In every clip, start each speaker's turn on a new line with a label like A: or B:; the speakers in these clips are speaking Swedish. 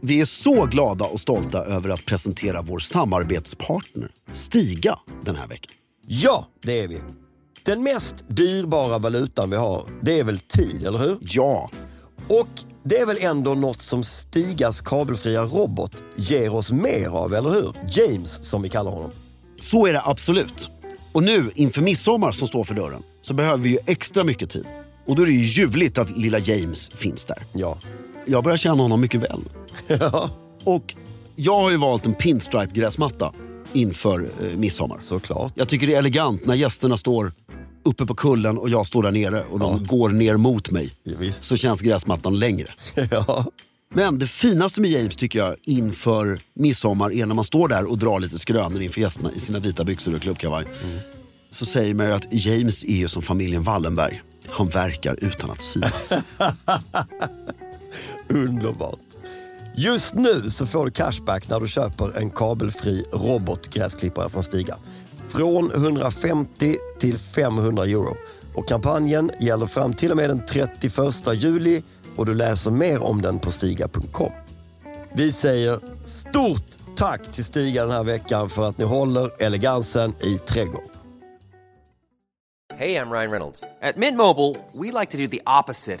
A: Vi är så glada och stolta över att presentera vår samarbetspartner Stiga den här veckan.
B: Ja, det är vi. Den mest dyrbara valutan vi har, det är väl tid, eller hur?
A: Ja,
B: Och det är väl ändå något som Stigas kabelfria robot ger oss mer av, eller hur? James, som vi kallar honom.
A: så är det absolut. Och nu inför midsommar som står för dörren så behöver vi ju extra mycket tid. Och då är det ju ljuvligt att lilla James finns där.
B: Ja.
A: Jag börjar känna honom mycket väl. Och jag har ju valt en pinstripe-gräsmatta inför eh, midsommar.
B: Såklart.
A: Jag tycker det är elegant när gästerna står uppe på kullen och jag står där nere och de går ner mot mig.
B: Ja, visst.
A: Så känns gräsmattan längre.
B: Ja.
A: Men det finaste med James tycker jag inför midsommar är när man står där och drar lite skrönor inför gästerna i sina vita byxor och klubbkavaj. Så säger man ju att James är ju som familjen Wallenberg. Han verkar utan att synas.
B: Underbart. Just nu så får du cashback när du köper en kabelfri robotgräsklippare från Stiga. Från 150 till 500 euro. Och kampanjen gäller fram till och med den 31 juli och du läser mer om den på stiga.com. Vi säger stort tack till Stiga den här veckan för att ni håller elegansen i trädgården.
C: Hey, I'm Ryan Reynolds. At Mint Mobile, we like to do the opposite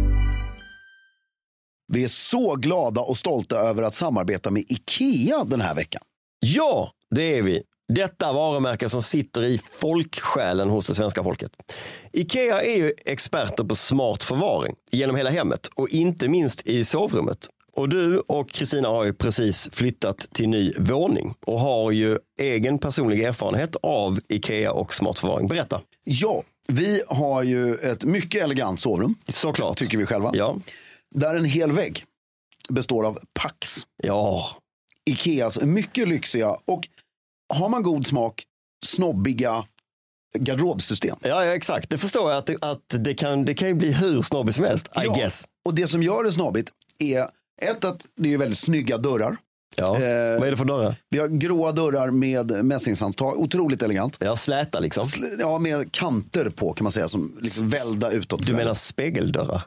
A: Vi är så glada och stolta över att samarbeta med IKEA den här veckan.
B: Ja, det är vi. Detta varumärke som sitter i folksjälen hos det svenska folket. Ikea är ju experter på smart förvaring genom hela hemmet och inte minst i sovrummet. Och du och Kristina har ju precis flyttat till ny våning och har ju egen personlig erfarenhet av Ikea och smart förvaring. Berätta.
A: Ja, vi har ju ett mycket elegant sovrum,
B: Såklart.
A: tycker vi själva.
B: Ja.
A: Där en hel vägg består av Pax.
B: Ja.
A: Ikeas mycket lyxiga och har man god smak, snobbiga garderobsystem.
B: Ja, ja, exakt. Det förstår jag att, det- att det, kan, det kan ju bli hur snobbigt som helst. I
A: Ja.
B: guess.
A: Och det som gör det snobbigt är ett att det är väldigt snygga dörrar.
B: Ja.
A: Eh.
B: Vad är det för dörrar?
A: Vi har gråa dörrar med mässingshandtag, otroligt elegant.
B: Ja, släta liksom.
A: Sl- Ja, med kanter på kan man säga som liksom välda utåt.
B: Du menar spegeldörrar?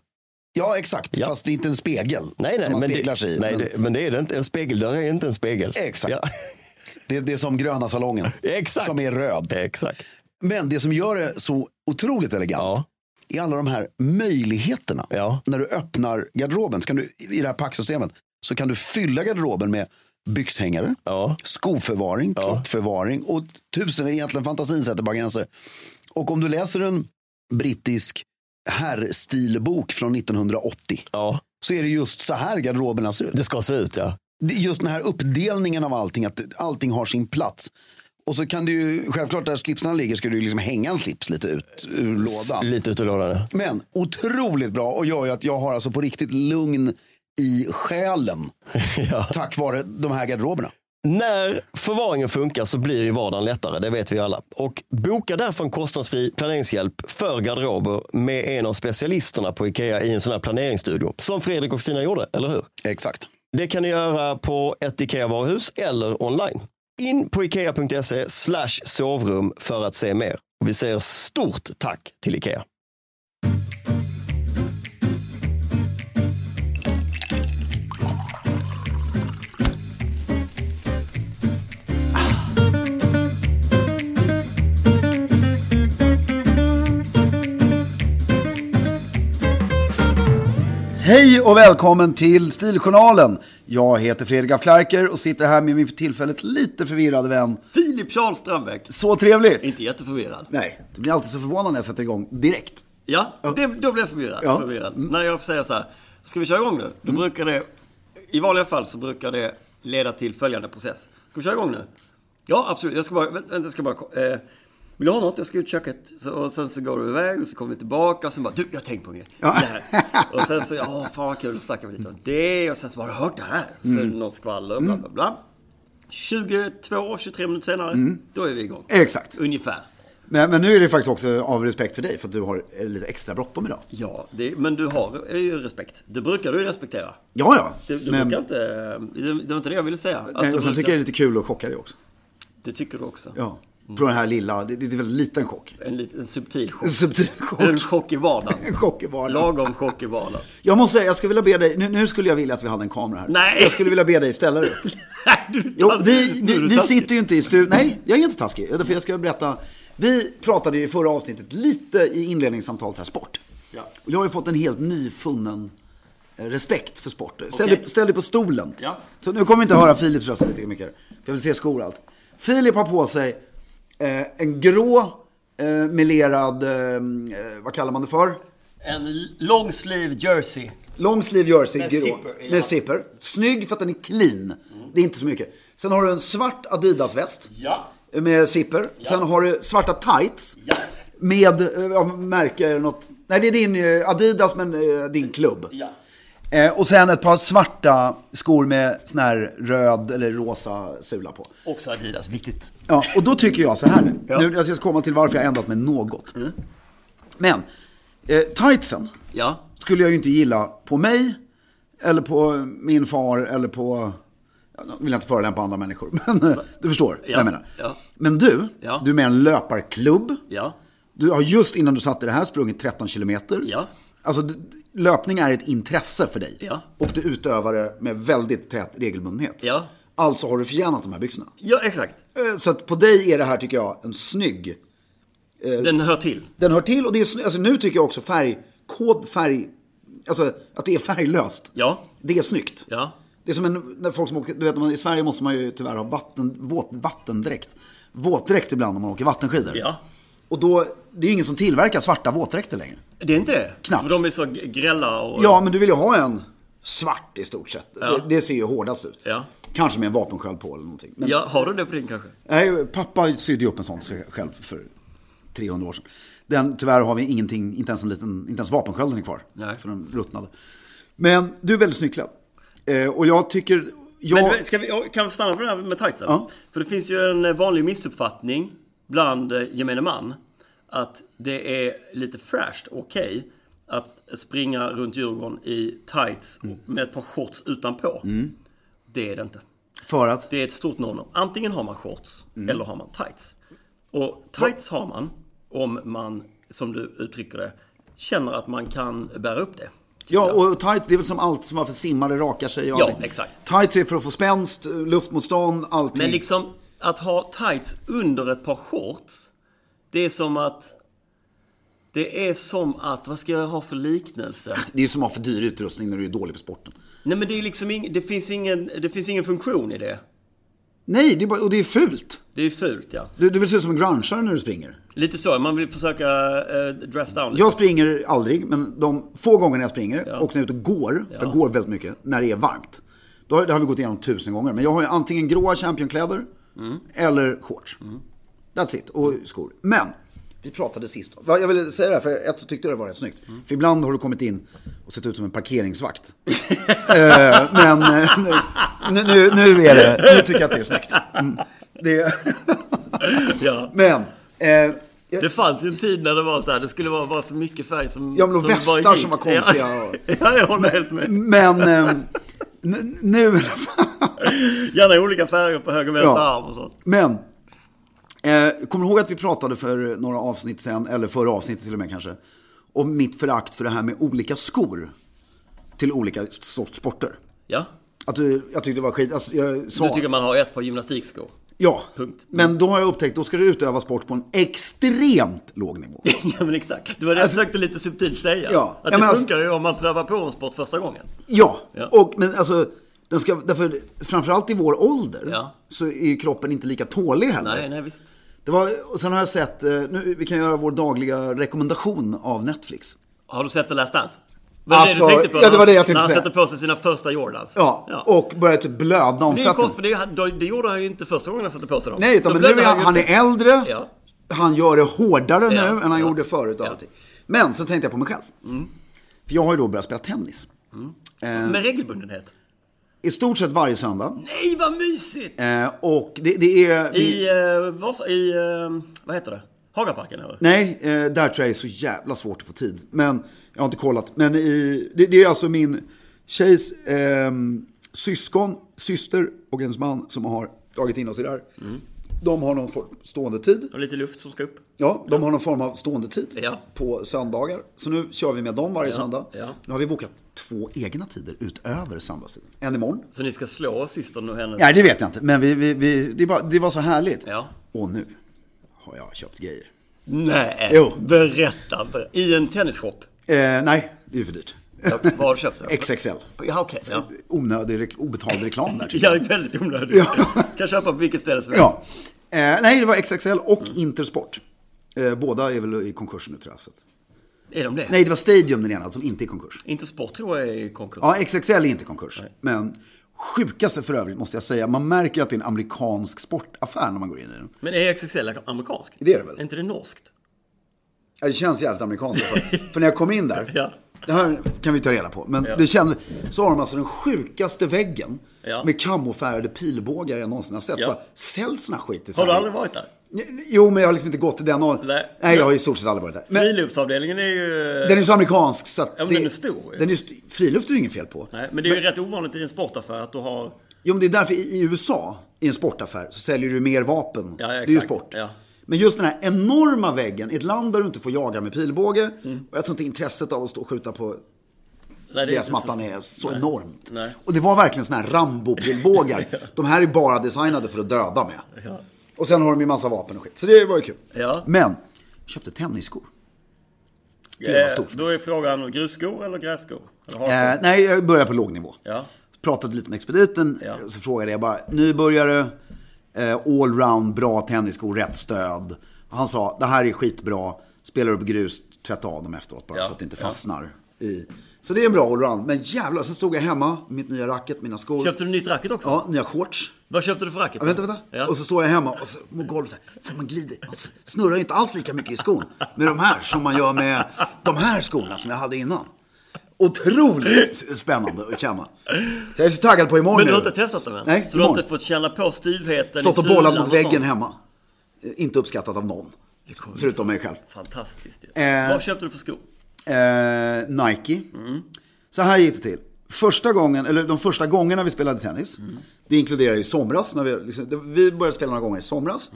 A: Ja, exakt.
B: Ja.
A: Fast det är inte en spegel
B: Nej, nej,
A: som man
B: men,
A: speglar
B: det,
A: sig i.
B: nej
A: men
B: det, men det är det inte. En spegeldörr är inte en spegel.
A: Exakt.
B: Ja,
A: det, det är som gröna salongen
B: exakt.
A: som är röd.
B: Exakt.
A: Men det som gör det så otroligt elegant
B: Ja.
A: är alla de här möjligheterna.
B: Ja.
A: När du öppnar garderoben så kan du, i det här packsystemet så kan du fylla garderoben med byxhängare,
B: Ja.
A: skoförvaring, klockförvaring och tusen, egentligen fantasin sätter bara gränser. Och om du läser en brittisk herrstilbok från 1980
B: ja,
A: så är det just så här garderoberna ser ut.
B: det ska se ut ja.
A: Det är Just den här uppdelningen av allting, att allting har sin plats. Och så kan du ju, självklart där slipsarna ligger ska du ju liksom hänga en slips lite ut ur lådan.
B: Lite ut ur lådan. ja.
A: Men otroligt bra och gör ju att jag har alltså på riktigt lugn i själen
B: Ja.
A: tack vare de här garderoberna.
B: När förvaringen funkar så blir ju vardagen lättare, det vet vi alla. Och boka därför en kostnadsfri planeringshjälp för garderober med en av specialisterna på Ikea i en sån här planeringsstudio. Som Fredrik och Stina gjorde, eller hur?
A: Exakt.
B: Det kan du göra på ett IKEA-varuhus eller online. In på ikea.se E slash sovrum för att se mer. Vi säger stort tack till Ikea.
D: Hej och välkommen till Stiljournalen. Jag heter Fredrik af Klarker och sitter här med min för tillfället lite förvirrade vän.
E: Filip Charles Strömbäck.
D: Så trevligt!
E: Inte jätteförvirrad.
D: Nej, du blir alltid så förvånad när jag sätter igång direkt.
E: Ja, det, då blev jag förvirrad.
D: Ja.
E: förvirrad. När jag får säga så här, ska vi köra igång nu? Då brukar det, i vanliga fall så brukar det leda till följande process. Ska vi köra igång nu? Ja, absolut. Jag ska bara, vänta, jag ska bara, ko- eh, vill du ha något? Jag ska ut i köket. Så, och sen så går du iväg och så kommer vi tillbaka och sen bara, du, jag har tänkt på en grej. Det här. Och sen så, ja, fan vad kul, då snackar vi lite om det. Och sen så, har du hört det här? Så är det något skvaller, bla bla bla. 22, 23 minuter senare, då är vi igång.
A: Exakt.
E: Ungefär.
A: Men, men nu är det faktiskt också av respekt för dig, för att du har eh, lite extra bråttom idag.
E: Ja, det, men du har är ju respekt. Det brukar du ju respektera.
A: Ja, ja.
E: Du, du
A: men,
E: brukar inte... eh, Det, det var inte det jag ville säga. Att
A: nej,
E: du
A: och sen
E: brukar-
A: tycker jag det är lite kul att chocka dig också.
E: Det tycker du också.
A: Ja. Från den här lilla, det, det är en väldigt liten chock.
E: En, liten, en subtil chock.
A: En subtil chock.
E: Mm. En chock i vardagen.
A: En chock i vardagen.
E: Lagom chock i vardagen.
A: Jag måste säga, jag skulle vilja be dig, nu, nu skulle jag vilja att vi hade en kamera här.
E: Nej.
A: Jag skulle vilja be dig ställa dig upp.
E: Nej, du,
A: Jo,
E: tar-
A: vi,
E: nu
A: vi,
E: är du
A: vi
E: taskig.
A: sitter ju inte i studion. Nej, jag är inte taskig. Därför jag ska berätta. Vi pratade ju i förra avsnittet lite i inledningssamtalet här, sport.
E: Ja.
A: Och jag har ju fått en helt nyfunnen eh, respekt för sport. Ställ,
E: Okej.
A: dig, ställ dig på stolen.
E: Ja.
A: Så nu kommer vi inte höra Filips röst lite mycket. här, För jag vill se skor och allt. Filip har på sig eh, en grå eh, melerad, eh, vad kallar man det för?
E: En lång sleeve jersey.
A: Lång sleeve jersey,
E: Med
A: grå.
E: zipper i
A: med
E: alla-
A: zipper. Snygg för att den är clean. Det är inte så mycket. Sen har du en svart Adidas-väst.
E: Ja.
A: Med zipper. Sen har du svarta tights.
E: Ja.
A: Med, eh, ja, märke något. Nej, det är din eh, Adidas, men eh, din klubb.
E: Ja.
A: Eh, och sen ett par svarta skor med sån här röd eller rosa sula på.
E: Också Adidas, viktigt.
A: Ja, och då tycker jag så här.
E: Ja. Mm.
A: Nu, jag ska komma till varför jag ändrat mig något. Men, eh, tightsen
E: Ja.
A: skulle jag ju inte gilla på mig, eller på min far, eller på... Jag vill inte förolämpa andra människor, men eh, du förstår vad jag menar.
E: ja.
A: Men du,
E: Ja.
A: du är med i en löparklubb.
E: Ja.
A: Du har just innan du satte det här sprungit 13 kilometer.
E: Ja.
A: Alltså, du- löpning är ett intresse för dig.
E: Ja.
A: Och du utövar det med väldigt tät regelbundenhet.
E: Ja.
A: Alltså har du förtjänat de här byxorna.
E: Ja, exakt.
A: Eh, Så att på dig är det här, tycker jag, en snygg Eh.
E: Den hör till.
A: den hör till och det är, sny- alltså nu tycker jag också färg, kod färg, alltså att det är färglöst.
E: Ja.
A: Det är snyggt.
E: Ja.
A: Det är som en, när folk som åker, du vet när man, i Sverige måste man ju tyvärr ha vatten, våt, vattendräkt. Våtdräkt ibland om man åker vattenskidor.
E: Ja.
A: Och då, det är ju ingen som tillverkar svarta våtdräkter längre.
E: Det är inte det?
A: Knappt.
E: För de är så g- grälla och...
A: Ja, men du vill ju ha en svart i stort sett.
E: Ja.
A: Det, det ser ju hårdast ut.
E: Ja.
A: Kanske med en vapensköld på eller någonting. Men-
E: Ja, har du det på din kanske?
A: Nej, pappa sydde ju upp en sån sig- själv för 300 år sedan. Den, tyvärr har vi ingenting, inte ens, en liten, inte ens vapenskölden är kvar.
E: Nej.
A: För den ruttnade. Men du är väldigt snygg klädd. eh, Och jag tycker... Jag,
E: Men ska vi, kan vi stanna på det här med tightsen?
A: Ja.
E: För det finns ju en eh, vanlig missuppfattning bland eh, gemene man. Att det är lite fräscht, okej, att springa runt Djurgården i tights med ett par shorts utanpå. Det är det inte.
A: för att...
E: Det är ett stort no Antingen har man shorts eller har man tights. Och tights har man om man, som du uttrycker det, känner att man kan bära upp det.
A: Ja, och tight, det är väl som allt som varför simmare rakar sig och
E: Ja,
A: allting.
E: exakt.
A: Tights är för att få spänst, luftmotstånd, allting.
E: Men liksom att ha tights under ett par shorts, det är som att... Det är som att, vad ska jag ha för liknelse?
A: Det är ju som att ha för dyr utrustning när du är dålig på sporten.
E: Nej men det är liksom ing, det, finns ingen, det finns ingen funktion i det.
A: Nej, det är bara, och det är fult.
E: Det är ju fult ja.
A: Du, du vill se ut som en grungeare när du springer.
E: Lite så, man vill försöka eh, dress down lite.
A: Jag springer aldrig, men de få gånger när jag springer och när jag är ute och går, för jag går väldigt mycket, när det är varmt. Då har, det har vi gått igenom tusen gånger. Men jag har ju antingen gråa championkläder eller shorts. That's it. Och skor. Men, vi pratade sist. Va, Jag ville säga det här, för ett så tyckte jag det var rätt snyggt. För ibland har du kommit in och sett ut som en parkeringsvakt. Eh, men eh, nu, nu, nu är det, nu tycker jag att det är snyggt. Mm. Det,
E: Ja.
A: men, eh, jag-
E: Det fanns ju en tid när det var så här, det skulle vara bara så mycket färg som...
A: Ja, men och
E: som bara
A: västar
E: gick.
A: som var konstiga och-
E: Ja, ja jag håller helt med.
A: men eh, nu- nu...
E: Gärna i olika färger på höger och vänster
A: Ja.
E: arm och sånt.
A: Men, eh, kommer du ihåg att vi pratade för några avsnitt sen, eller förra avsnittet till och med kanske, om mitt förakt för det här med olika skor till olika sorts sporter?
E: Ja.
A: Att du, jag tyckte det var skit, alltså, jag sa...
E: Du tycker man har ett par gymnastikskor.
A: Ja,
E: Punkt.
A: men då har jag upptäckt, då ska du utöva sport på en extremt låg nivå.
E: Ja men exakt. Det var det jag
A: Alltså-
E: försökte lite subtilt säga.
A: Ja. Ja,
E: Att
A: men
E: det
A: alltså-
E: funkar ju om man prövar på en sport första gången.
A: Ja,
E: Ja.
A: Och, men alltså, den ska, därför, framförallt i vår ålder
E: Ja.
A: så är ju kroppen inte lika tålig heller.
E: Nej, nej visst.
A: Det var, och sen har jag sett, eh, nu, vi kan göra vår dagliga rekommendation av Netflix.
E: Har du sett The Last Dance? Var det
A: Alltså,
E: det du tänkte på?
A: ja, det var det jag
E: när
A: tänkte
E: han
A: säga.
E: sätter på sig sina första Jordans.
A: Ja, och börjar typ blöda om
E: Det, är ju
A: fötterna.
E: konstigt, det, är- då- det gjorde han ju inte första gången han satte på sig dem.
A: Nej, utan
E: Då
A: men nu
E: blev
A: är han, han
E: ju-
A: är äldre.
E: Ja.
A: Han gör det hårdare
E: Ja,
A: nu än han
E: ja.
A: gjorde förut och
E: Ja. Mm.
A: allting. Men sen tänkte jag på mig själv. För jag har ju då börjat spela tennis.
E: Med regelbundenhet.
A: i stort sett varje söndag.
E: Nej, vad mysigt!
A: Eh, och det, det är... vi-
E: I, eh, Vasa, i eh, vad heter det? Hagaparken eller?
A: Nej, eh, där tror jag det är så jävla svårt att få tid. Men jag har inte kollat. Men i, det, det är alltså min tjejs eh, syskon, syster och hennes man som har dragit in oss i det här.
E: Mm.
A: De har någon form stående tid.
E: Och lite luft som ska upp.
A: Ja, de har någon form av stående tid
E: Ja.
A: på söndagar. Så nu kör vi med dem varje söndag.
E: ja.
A: Nu har vi bokat två egna tider utöver söndagstiden. En imorgon.
E: Så ni ska slå systern och hennes...
A: Nej, det vet jag inte. Men vi, vi, vi, det, är bara, det var så härligt.
E: Ja.
A: Och nu har jag köpt grejer.
E: Nej!
A: Jo.
E: Berätta! ber- I en tennisshop?
A: Eh, nej, det är för dyrt.
E: Vad har du köpt den?
A: XXL.
E: Ja, okej. Ja.
A: Onödig, rek- obetald reklam där tycker
E: Jag är
A: jag.
E: väldigt onödig.
A: Ja.
E: Kan köpa på vilket ställe som helst.
A: Ja. Eh, nej, det var XXL och Intersport. Eh, båda är väl i konkurs nu tror jag. Så. att-
E: Är de det?
A: Nej, det var Stadium den ena som inte är i konkurs.
E: Inte sport tror jag är i konkurs.
A: Ja, XXL är inte konkurs. Men sjukaste för övrigt måste jag säga, man märker att det är en amerikansk sportaffär när man går in i den.
E: Men är XXL amerikansk?
A: Det är det väl?
E: Är inte det norskt?
A: Ja, Det känns jävligt amerikanskt. För, för när jag kommer in där,
E: Ja.
A: det här kan vi ta reda på, men det kändes, så har de alltså den sjukaste väggen
E: Ja.
A: med kamouflärade pilbågar jag någonsin har sett.
E: Ja.
A: Bara, säljs sån här skit i
E: Har
A: Sverige?
E: du aldrig varit där?
A: Jo, men jag har liksom inte gått till den och...
E: Nej.
A: Nej. jag har ju i stort sett aldrig varit där. Men
E: Friluftsavdelningen är ju...
A: den är så amerikansk så att
E: Ja, men den är stor ju.
A: Den är st- friluft är det inget fel på.
E: Nej, men det är ju rätt ovanligt i en sportaffär att du har...
A: Jo, men det är därför i i USA, i en sportaffär, så säljer du mer vapen.
E: Ja, ja,
A: det är ju
E: exakt.
A: sport.
E: Ja.
A: Men just den här enorma väggen, i ett land där du inte får jaga med pilbåge, och jag tror inte intresset av att stå och skjuta på
E: Nej, det är inte
A: gräsmattan är så enormt.
E: Nej.
A: Och det var verkligen såna här Rambo-pilbågar. De här är bara designade för att döda med.
E: Ja.
A: Och sen har de ju massa vapen och skit. Så det var ju kul.
E: Ja.
A: Men, jag köpte tennisskor. Det var
E: Eh,
A: stort.
E: Då är frågan grusskor eller grässkor? Eller har
A: Eh, nej, jag börjar på låg nivå.
E: Ja.
A: Pratade lite med expediten.
E: Ja.
A: Så frågade jag bara, nybörjare, eh, allround, bra tennisskor, rätt stöd. Och han sa, det här är skitbra. Spelar du på grus, tvätta av dem efteråt bara
E: Ja,
A: så att det inte
E: ja.
A: fastnar. I. Så det är en bra allround. Men jävlar, sen stod jag hemma med mitt nya racket, mina skor.
E: Köpte du nytt racket också?
A: Ja, nya shorts.
E: Vad köpte du för racket?
A: Ja, vänta, vänta.
E: Ja.
A: Och så står jag hemma och så mot golvet så här. För man glider. Man s- snurrar ju inte alls lika mycket i skon med de här som man gör med de här skorna som jag hade innan. Otroligt s- spännande att känna. Så jag är så taggad på imorgon
E: Men du har
A: nu.
E: inte testat dem än?
A: Nej,
E: Så du har
A: imorgon.
E: inte fått känna på styvheten
A: Stått
E: i
A: och bollat
E: sulan
A: mot
E: och
A: väggen
E: sånt?
A: hemma. Eh, Inte uppskattat av någon.
E: kommer-
A: Förutom mig själv.
E: Fantastiskt ju.
A: Eh.
E: Vad köpte du för skor?
A: Eh, Nike. Så här gick det till. Första gången, eller de första gångerna vi spelade tennis. Det inkluderar ju somras. När vi, liksom, det- vi började spela några gånger i somras.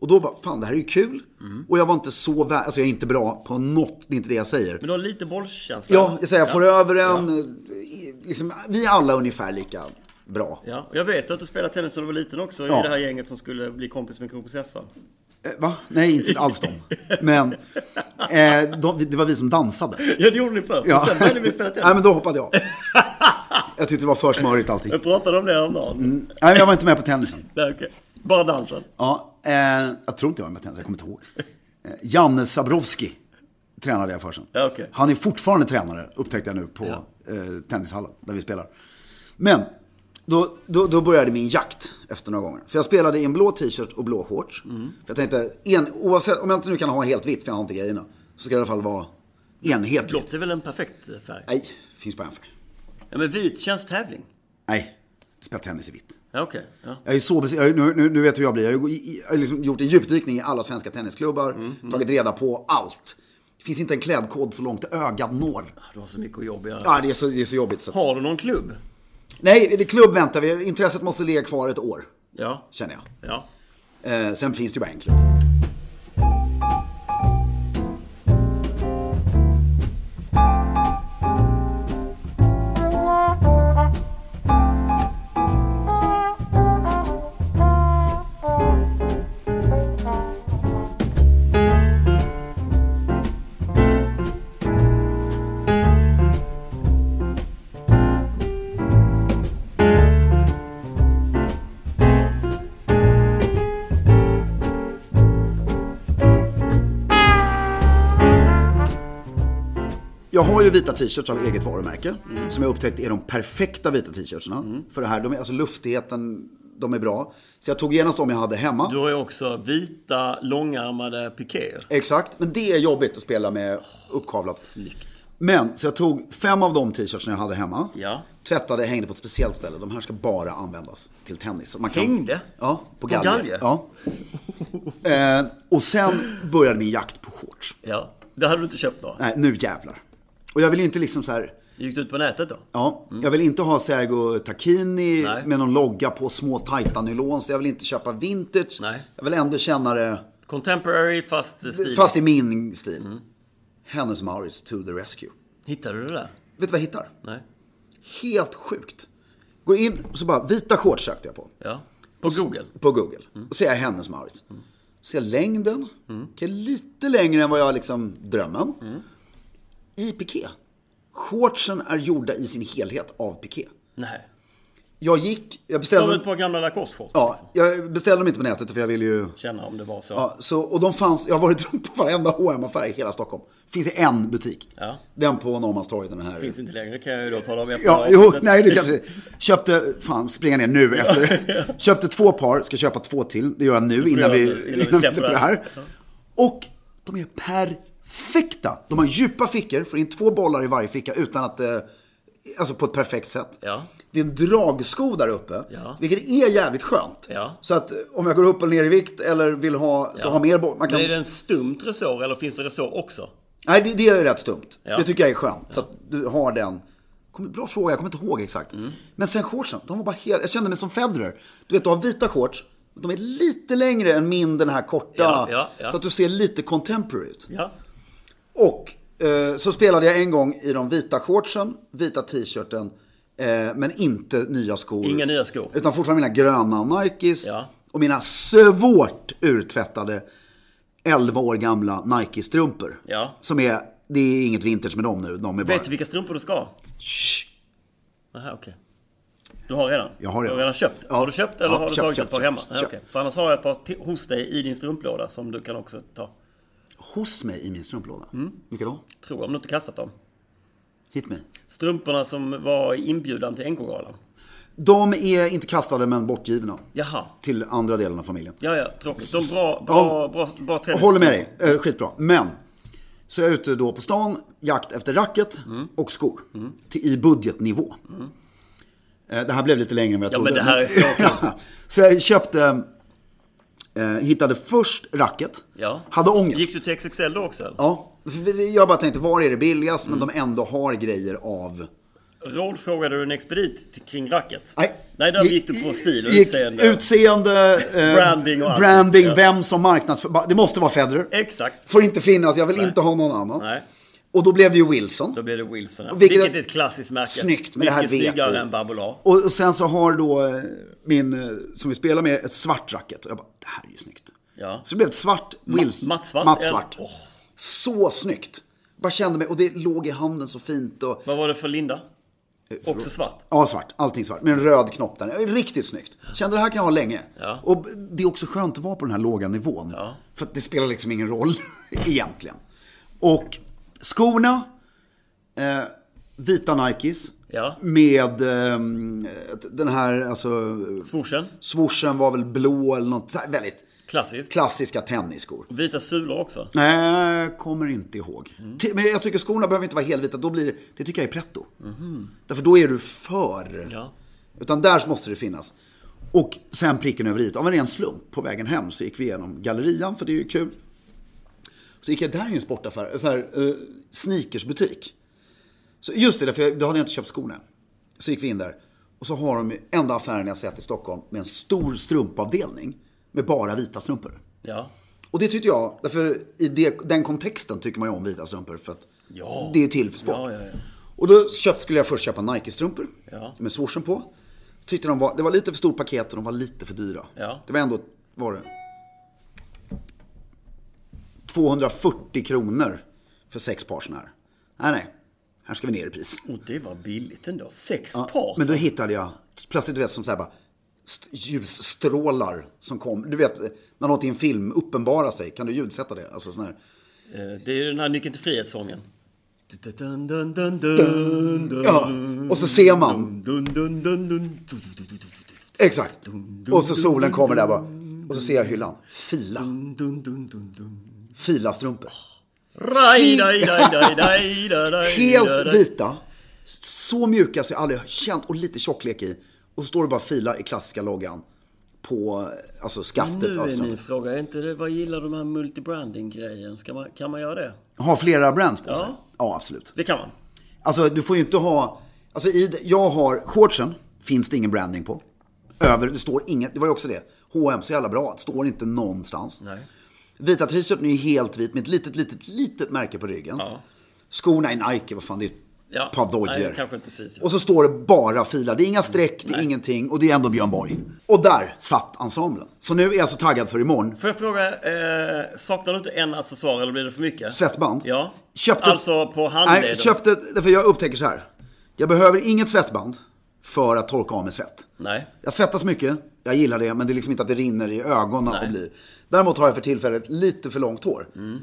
A: Och då bara, fan det här är ju kul. Och jag var inte så vä- alltså jag är inte bra på något, det är inte det jag säger.
E: Men du har lite bollkänsla?
A: Ja, jag säger jag får över en, eh, liksom, vi är alla ungefär lika bra.
E: Ja, och jag vet att du spelade tennis när du var liten också i
A: Ja.
E: det här gänget som skulle bli kompis med kronprinsessan.
A: Eh, Va? Nej, inte alls de. Men eh, de, det var vi som dansade.
E: Ja, det gjorde ni först. Ja. Sen började vi spela
A: Nej,
E: tennis.
A: men då hoppade jag. Jag tyckte det var för smörigt allting.
E: Jag pratade om det häromdagen.
A: Nej, men jag var inte med på tennisen.
E: Nej, okej. Bara dansen.
A: Ja, eh, jag tror inte jag var med tennis, jag kommer inte ihåg. Eh, Janne Sabrowski tränade jag för sen.
E: Ja, okej.
A: Han är fortfarande tränare, upptäckte jag nu på eh, tennishallen där vi spelar. Men, då, då, då började min jakt efter några gånger. För jag spelade i en blå t-shirt och blå shorts.
E: Mm.
A: För jag tänkte, en, oavsett, om jag inte nu kan ha helt vitt, för jag har inte grejerna, så ska det i alla fall vara enhetligt.
E: Blått är väl en perfekt eh, färg?
A: Nej, finns bara en färg.
E: Ja, men vit känns tävling.
A: Nej, spela tennis i vitt.
E: Ja, okej. Ja.
A: Jag är så besviken. Jag- Nu, nu, nu vet du hur jag blir. Jag har ju- i- jag har liksom gjort en djupdykning i alla svenska tennisklubbar. Mm. Tagit reda på allt. Det finns inte en klädkod så långt ögat når.
E: Du har så mycket jobb att göra.
A: Ja, det, är så, det är så jobbigt. Så. att-
E: Har du någon klubb?
A: Nej, det är klubb väntar vi. Intresset måste ligga kvar ett år,
E: Ja.
A: känner jag.
E: Ja.
A: Eh, sen finns det ju bara en klubb. Jag har ju vita t-shirts av eget varumärke. Som jag upptäckt är de perfekta vita t-shirtsarna. För det här, de är, alltså luftigheten, de är bra. Så jag tog genast de jag hade hemma.
E: Du har ju också vita, långärmade pikéer.
A: Exakt, men det är jobbigt att spela med uppkavlat.
E: Snyggt.
A: Men, så jag tog fem av de t-shirtsen jag hade hemma.
E: Ja.
A: Tvättade, hängde på ett speciellt ställe. De här ska bara användas till tennis. Så Man
E: Hängde?
A: Ja, på
E: På
A: galge.
E: galge?
A: Ja. eh, och sen började min jakt på shorts.
E: Ja. Det hade du inte köpt då?
A: Nej, nu jävlar. Och jag vill ju inte liksom så här...
E: Gick du ut på nätet då?
A: Ja, jag vill inte ha Sergo Tacchini
E: Mm. Nej.
A: med någon logga på små tajta nylons. Jag vill inte köpa vintage.
E: Nej.
A: Jag vill ändå känna det,
E: Contemporary fast stil. Mm.
A: fast i min stil. Hennes Mauritz to the rescue.
E: Hittade du det där?
A: Vet du vad jag hittar?
E: Nej.
A: Helt sjukt. Går in och så bara, vita shorts sökte jag på.
E: Ja. På Google?
A: På Google.
E: Mm.
A: Och ser jag Hennes Mauritz. Ser jag längden. Okej, lite längre än vad jag liksom drömmer om.
E: Mm.
A: I piké. Shortsen är gjorda i sin helhet av piké.
E: Nej.
A: Jag gick, jag
E: Tar
A: beställde...
E: ut på gamla Lacoste-shorts?
A: Ja, jag beställde dem inte på nätet för jag ville ju...
E: Känna om det var så.
A: Ja, så, och de fanns, jag har varit runt på varenda hm affär i hela Stockholm. Finns i en butik.
E: Ja.
A: Den på Norrmalmstorg, den här.
E: Finns inte längre kan jag ju då tala om efter
A: Ja, jo,
E: avsnittet.
A: nej det kanske Köpte, fan springa ner nu efter. Köpte två par, ska köpa två till. Det gör jag nu innan
E: jag
A: vi,
E: nu, innan vi
A: innan vi
E: släpper
A: släpper det
E: det här.
A: här. Och de är perfekta. De har djupa fickor, får in två bollar i varje ficka utan att, eh, alltså på ett perfekt sätt.
E: Ja.
A: Det är en dragsko där uppe,
E: Ja.
A: vilket är jävligt skönt.
E: Ja.
A: Så att eh, om jag går upp eller ner i vikt eller vill ha, ska
E: Ja.
A: ha mer boll. Man kan...
E: Men är det en stumt resår eller finns det resår också?
A: Nej, det, det är ju rätt stumt.
E: Ja.
A: Det tycker jag är skönt. Så att du har den. Kommer- Bra fråga, jag kommer inte ihåg exakt.
E: Mm.
A: Men sen shortsen, de var bara helt... Jag kände mig som Federer. Du vet, du har vita shorts. men De är lite längre än min, den här korta.
E: Ja, ja, ja.
A: Så att du ser lite contemporary ut.
E: Ja.
A: Och eh, så spelade jag en gång i de vita shortsen, vita t-shirten. Eh, men inte nya skor.
E: Inga nya skor.
A: Utan fortfarande mina gröna Nikes.
E: Ja.
A: Och mina svårt urtvättade 11 år gamla Nike-strumpor.
E: Ja.
A: Som är, det är inget vintage med dem nu. De är bara...
E: Vet du vilka strumpor du ska ha?
A: Shh.
E: Aha, okej. Du har redan?
A: Jag har
E: Du
A: redan.
E: har redan köpt?
A: Ja.
E: Har du köpt eller
A: Ja,
E: har du
A: köpt,
E: tagit
A: köpt,
E: ett par
A: köpt,
E: hemma?
A: köpt.
E: Nej, okej. För annars har jag ett par till, hos dig i din strumplåda som du kan också ta.
A: Hos mig i min strumplåda.
E: Mm.
A: Vilka då?
E: Tror jag, om du inte kastat dem.
A: Hit me.
E: Strumporna som var i inbjudan till NK-galan.
A: De är inte kastade men bortgivna.
E: Jaha.
A: Till andra delen av familjen.
E: Ja, ja, tråkigt. De bra, bra,
A: Ja.
E: bra, bra
A: Jag
E: tennis.
A: håller med dig, eh, skitbra. Men, så är jag ute då på stan, jakt efter racket och skor.
E: Mm.
A: Till, I budgetnivå. Eh, det här blev lite längre än vad jag
E: Ja,
A: trodde.
E: men det här är så
A: Ja. så jag köpte, eh, hittade först racket.
E: Ja.
A: Hade ångest.
E: Gick du till XXL då också? Eller?
A: Ja, för jag bara tänkte var är det billigast men de ändå har grejer av...
E: Råd frågade du en expedit till- kring racket?
A: Nej,
E: Nej, där gick du på stil och
A: gick-
E: utseende.
A: Utseende, eh,
E: Branding och allt.
A: branding
E: Ja.
A: vem som marknadsför. Det måste vara Federer.
E: Exakt.
A: Får inte finnas, jag vill inte ha någon annan.
E: Nej,
A: Och då blev det ju Wilson.
E: då blir det Wilson. här.
A: Vilket-
E: Vilket, är ett klassiskt märke.
A: Snyggt, men det här
E: Mycket
A: vet
E: snyggare
A: vi.
E: än Babolat.
A: Och, och sen så har då eh, min, eh, som vi spelar med, ett svart racket. Och jag bara, det här är ju snyggt.
E: Ja.
A: Så det blev ett svart Wilson.
E: Matt Svart?
A: Matt Svart.
E: Åh.
A: Så snyggt. Bara kände mig, och det låg i handen så fint. Och,
E: Vad var det för Linda? Också svart?
A: Ja, svart. Allting svart. Med en röd knopp där. Riktigt snyggt. Kände det här kan jag ha länge.
E: Ja.
A: Och det är också skönt att vara på den här låga nivån. För att det spelar liksom ingen roll egentligen. Och skorna, eh, vita Nikes.
E: Ja.
A: Med ehm, den här, alltså,
E: Swooshen?
A: swooshen var väl blå eller något. Så här, väldigt
E: Klassiskt.
A: klassiska tennisskor.
E: Vita sulor också.
A: Nej, jag kommer inte ihåg.
E: Mm.
A: Ti- Men jag tycker skorna behöver inte vara helvita. Då blir det, det tycker jag är pretto. Därför då är du för.
E: Mhm. Ja.
A: Utan där måste det finnas. Och sen pricken över i. Av en ren slump på vägen hem så gick vi igenom gallerian, för det är ju kul. Så gick jag där i en sportaffär, så här, eh, sneakersbutik. Så just det, för då hade jag inte köpt skorna. Så gick vi in där. Och så har de enda affären jag sett i Stockholm med en stor strumpavdelning. Med bara vita strumpor.
E: Ja.
A: Och det tyckte jag, därför i det, den kontexten tycker man ju om vita strumpor för att
E: Ja.
A: det är till för sport.
E: Ja, ja, ja.
A: Och då köpt, skulle jag först köpa Nike-strumpor
E: Ja.
A: med swooshen på. Tyckte de var, det var lite för stort paket och de var lite för dyra.
E: Ja.
A: Det var ändå, vad var det? 240 kronor för sex par sådana här. Nej, nej. Här ska vi ner i pris.
E: Och det var billigt ändå. Sex
A: Ja,
E: par.
A: Men då hittade jag plötsligt, du vet, som så här bara, st- ljusstrålar som kom. Du vet, när något i en film uppenbarar sig, kan du ljudsätta det? Alltså sån här.
E: Eh, Det är den här Nyckeln till frihet-sången. Dun, dun, dun, dun, dun.
A: Ja, och så ser man.
E: Dun, dun, dun, dun. Du, du, du, du, du,
A: Exakt. Och så solen kommer där bara. Och så ser jag hyllan. Fila.
E: dun, dun, dun, dun.
A: Fila strumpor.
E: Raj, daj, daj, daj, daj, daj, daj, daj,
A: Helt
E: daj.
A: vita. Så mjuka så jag aldrig har känt och lite tjocklek i. Och så står det bara filar i klassiska loggan. På alltså skaftet.
E: Nu är
A: alltså.
E: min fråga, är inte det, vad gillar du med den här multibranding-grejen? Ska man, kan man göra det?
A: Har flera brands på sig?
E: Ja.
A: ja absolut.
E: Det kan man.
A: Alltså du får ju inte ha... Alltså i, jag har shortsen, finns det ingen branding på. Över, det står inget, det var ju också det. H&M så jävla bra, det står inte någonstans. Vita t-shirten är ju helt vit med ett litet, litet, litet märke på ryggen.
E: Ja.
A: Skorna är Nike, vad fan det är
E: Ja.
A: ett par
E: Nej,
A: dojor.
E: det kanske inte syns.
A: Och så står det bara filar. Det är inga streck, det är ingenting och det är ändå Björn Borg. Och där satt ensemblen. Så nu är jag så taggad för imorgon.
E: Får jag fråga, eh, saknar du inte en accessoar eller blir det för mycket?
A: Svettband.
E: Ja.
A: Köpte...
E: Alltså på handleden?
A: Nej, köpte... Därför jag upptäcker så här. Jag behöver inget svettband för att torka av mig svett.
E: Nej.
A: Jag svettas mycket, jag gillar det, men det är liksom inte att det rinner i ögonen och blir. Däremot har jag för tillfället lite för långt hår.
E: Mm.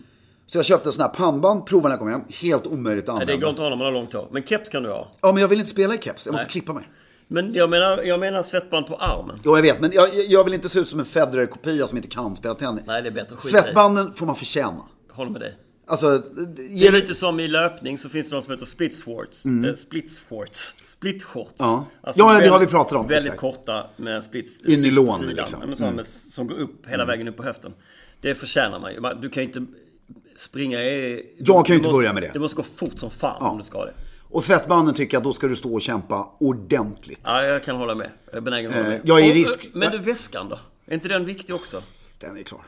A: Så jag köpte sådana här pannband, provade när jag kom hem. Helt omöjligt att
E: Nej,
A: använda.
E: det går inte att ha när man har långt hår. Men keps kan du ha.
A: Ja, men jag vill inte spela i keps. Jag måste klippa mig.
E: Men jag menar, jag menar svettband på armen.
A: Jo, jag vet, men jag, jag vill inte se ut som en Federer-kopia som inte kan spela tennis.
E: Nej, det är bättre. Skit i.
A: Svettbanden får man förtjäna.
E: Håller med dig.
A: Alltså,
E: Det
A: ge
E: är lite som i löpning så finns det något som heter split shorts. Eh, split shorts. Split shorts.
A: Mm.
E: Alltså
A: Ja. Ja, ja, det har vi pratat om,
E: Väldigt
A: exakt.
E: korta med split.
A: I nylon,
E: sidan.
A: liksom. Mm.
E: Ja, men sådana med, som går upp hela vägen upp på höften. Det förtjänar man ju. Man- Du kan ju inte springa i...
A: Jag kan ju
E: du
A: inte
E: måste-
A: börja med det.
E: Det måste gå fort som fan om du ska det.
A: Och svettbanden tycker jag, då ska du stå och kämpa ordentligt.
E: Ja, jag kan hålla med. Jag är benägen att hålla med.
A: Eh, jag är i
E: Och, eh,
A: risk-
E: Men du, väskan då? Är inte den viktig också?
A: Den är klar.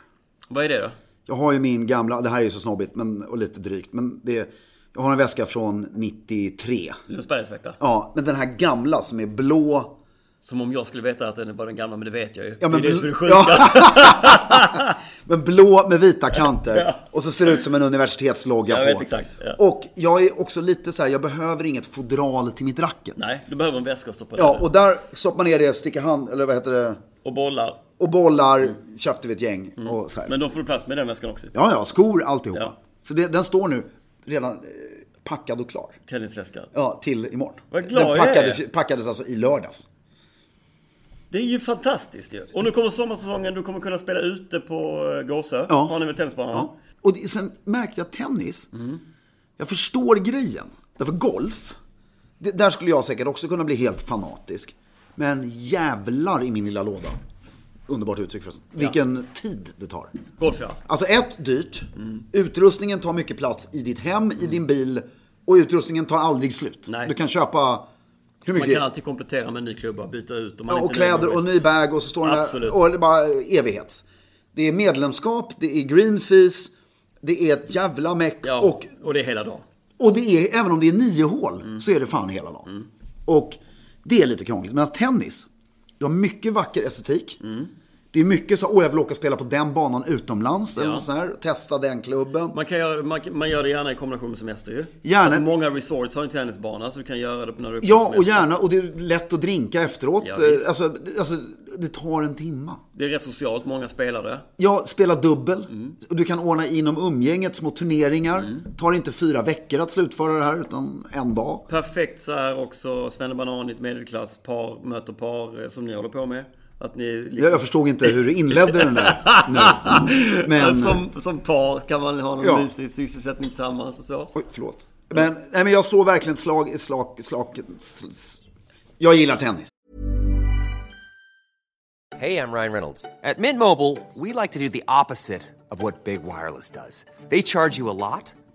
E: Vad är det då?
A: Jag har ju min gamla, det här är ju så snobbigt men, och lite drygt, men det, jag har en väska från 93.
E: Lundsbergsväktare?
A: Ja, men den här gamla som är blå.
E: Som om jag skulle veta att den var den gamla, men det vet jag ju.
A: Ja, men
E: det är det som är det
A: bl-
E: sjuka.
A: Men blå med vita kanter. Och så ser det ut som en universitetslogga
E: Jag
A: på.
E: vet exakt, ja.
A: Och jag är också lite så här, jag behöver inget fodral till mitt racket.
E: Nej, du behöver en väska att stoppa
A: Ja,
E: ner
A: och där stoppar man ner det, sticker hand, eller vad heter det?
E: och bollar.
A: Och bollar
E: Mm.
A: köpte vi ett gäng. Och så här.
E: Men de får du plats med den väskan också.
A: Ja, ja, skor, alltihopa.
E: Ja.
A: Så det, den står nu redan eh, packad och klar.
E: Tennisväskan.
A: Ja, till imorgon.
E: Vad glad
A: den
E: jag
A: packades,
E: är.
A: packades alltså i lördags.
E: Det är ju fantastiskt ju. Och nu kommer sommarsäsongen, du kommer kunna spela ute på eh, Gåsö.
A: Ja.
E: Har ni väl tennisbanan? Mm.
A: Ja. Och det, sen märkte jag tennis. Jag förstår grejen. Därför golf, det, där skulle jag säkert också kunna bli helt fanatisk. Men jävlar i min lilla låda. Underbart uttryck förresten. Vilken tid det tar.
E: Golf ja.
A: Alltså ett, dyrt. Utrustningen tar mycket plats i ditt hem, i din bil. Och utrustningen tar aldrig slut.
E: Nej.
A: Du kan köpa hur
E: Man
A: mycket...
E: kan alltid komplettera med en ny klubba, byta ut om man
A: Ja, och
E: inte är nöjd
A: kläder
E: med
A: och
E: det.
A: ny bag och så står den där.
E: Absolut.
A: Och det är bara evighet. Det är medlemskap, det är green fees, det är ett jävla meck.
E: Ja,
A: Och,
E: och... det är hela dagen.
A: och det är, även om det är nio hål, så är det fan hela dagen. Och det är lite krångligt. Men tennis, du har mycket vacker estetik.
E: Mm.
A: Det är mycket så åh jag vill åka och spela på den banan utomlands eller något sånt här. Testa den klubben.
E: Man, kan göra, man, kan- man gör det gärna i kombination med semester ju.
A: Gärna.
E: Alltså, många resorts har ju tennisbana så du kan göra det när du är på
A: Ja, och
E: semester.
A: gärna, och det är lätt att drinka efteråt.
E: Ja, visst.
A: alltså, det- alltså, det tar en timma.
E: Det är rätt socialt, många spelar det.
A: Ja, spela dubbel.
E: Mm.
A: Och du kan ordna inom umgänget små turneringar. Tar inte fyra veckor att slutföra det här, utan en dag.
E: Perfekt så här också, svennebanan i ett medelklass, par möter par eh, som ni håller på med. Att ni liksom...
A: Jag, jag förstod inte hur du inledde den där nu. Men,
E: som, som par kan man ha någon
A: Ja.
E: mysig sysselsättning tillsammans och så.
A: oj, förlåt. Men, nej, men jag slår verkligen ett slag i slag, slag. s- s- Jag gillar tennis.
C: Hey, I'm Ryan Reynolds. At Mint Mobile, we like to do the opposite of what Big Wireless does. They charge you a lot,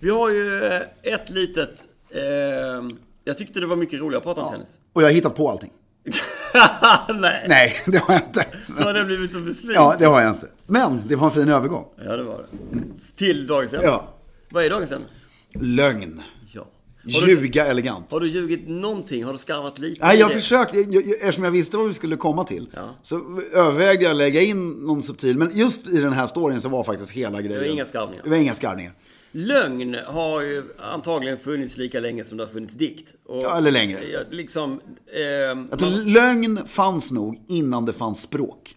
E: Vi har ju eh, ett litet eh, Jag tyckte det var mycket roligare att prata om tennis.
A: Och jag har hittat på allting.
E: Nej.
A: Nej, det har jag inte.
E: Då hade jag blivit så besviken.
A: Ja,
E: Ja.
A: det har jag inte. Men det var en fin övergång.
E: det var det. Till dagens ämne.
A: Ja.
E: Vad är dagens ämne?
A: Lögn.
E: Ja. Har du,
A: Ljuga elegant.
E: har du ljugit någonting? Har du skarvat lite?
A: Nej,
E: i
A: jag
E: det?
A: försökte, jag, jag, eftersom jag visste vad vi skulle komma till, så övervägde jag att lägga in någon subtil. Men just i den här storyn så var faktiskt hela grejen...
E: inga skarvningar.
A: Det var inga skarvningar.
E: Lögn har ju antagligen funnits lika länge som det har funnits dikt. Och,
A: Ja, eller längre.
E: Ja, Liksom, ehm,
A: Att
E: man,
A: Lögn fanns nog innan det fanns språk.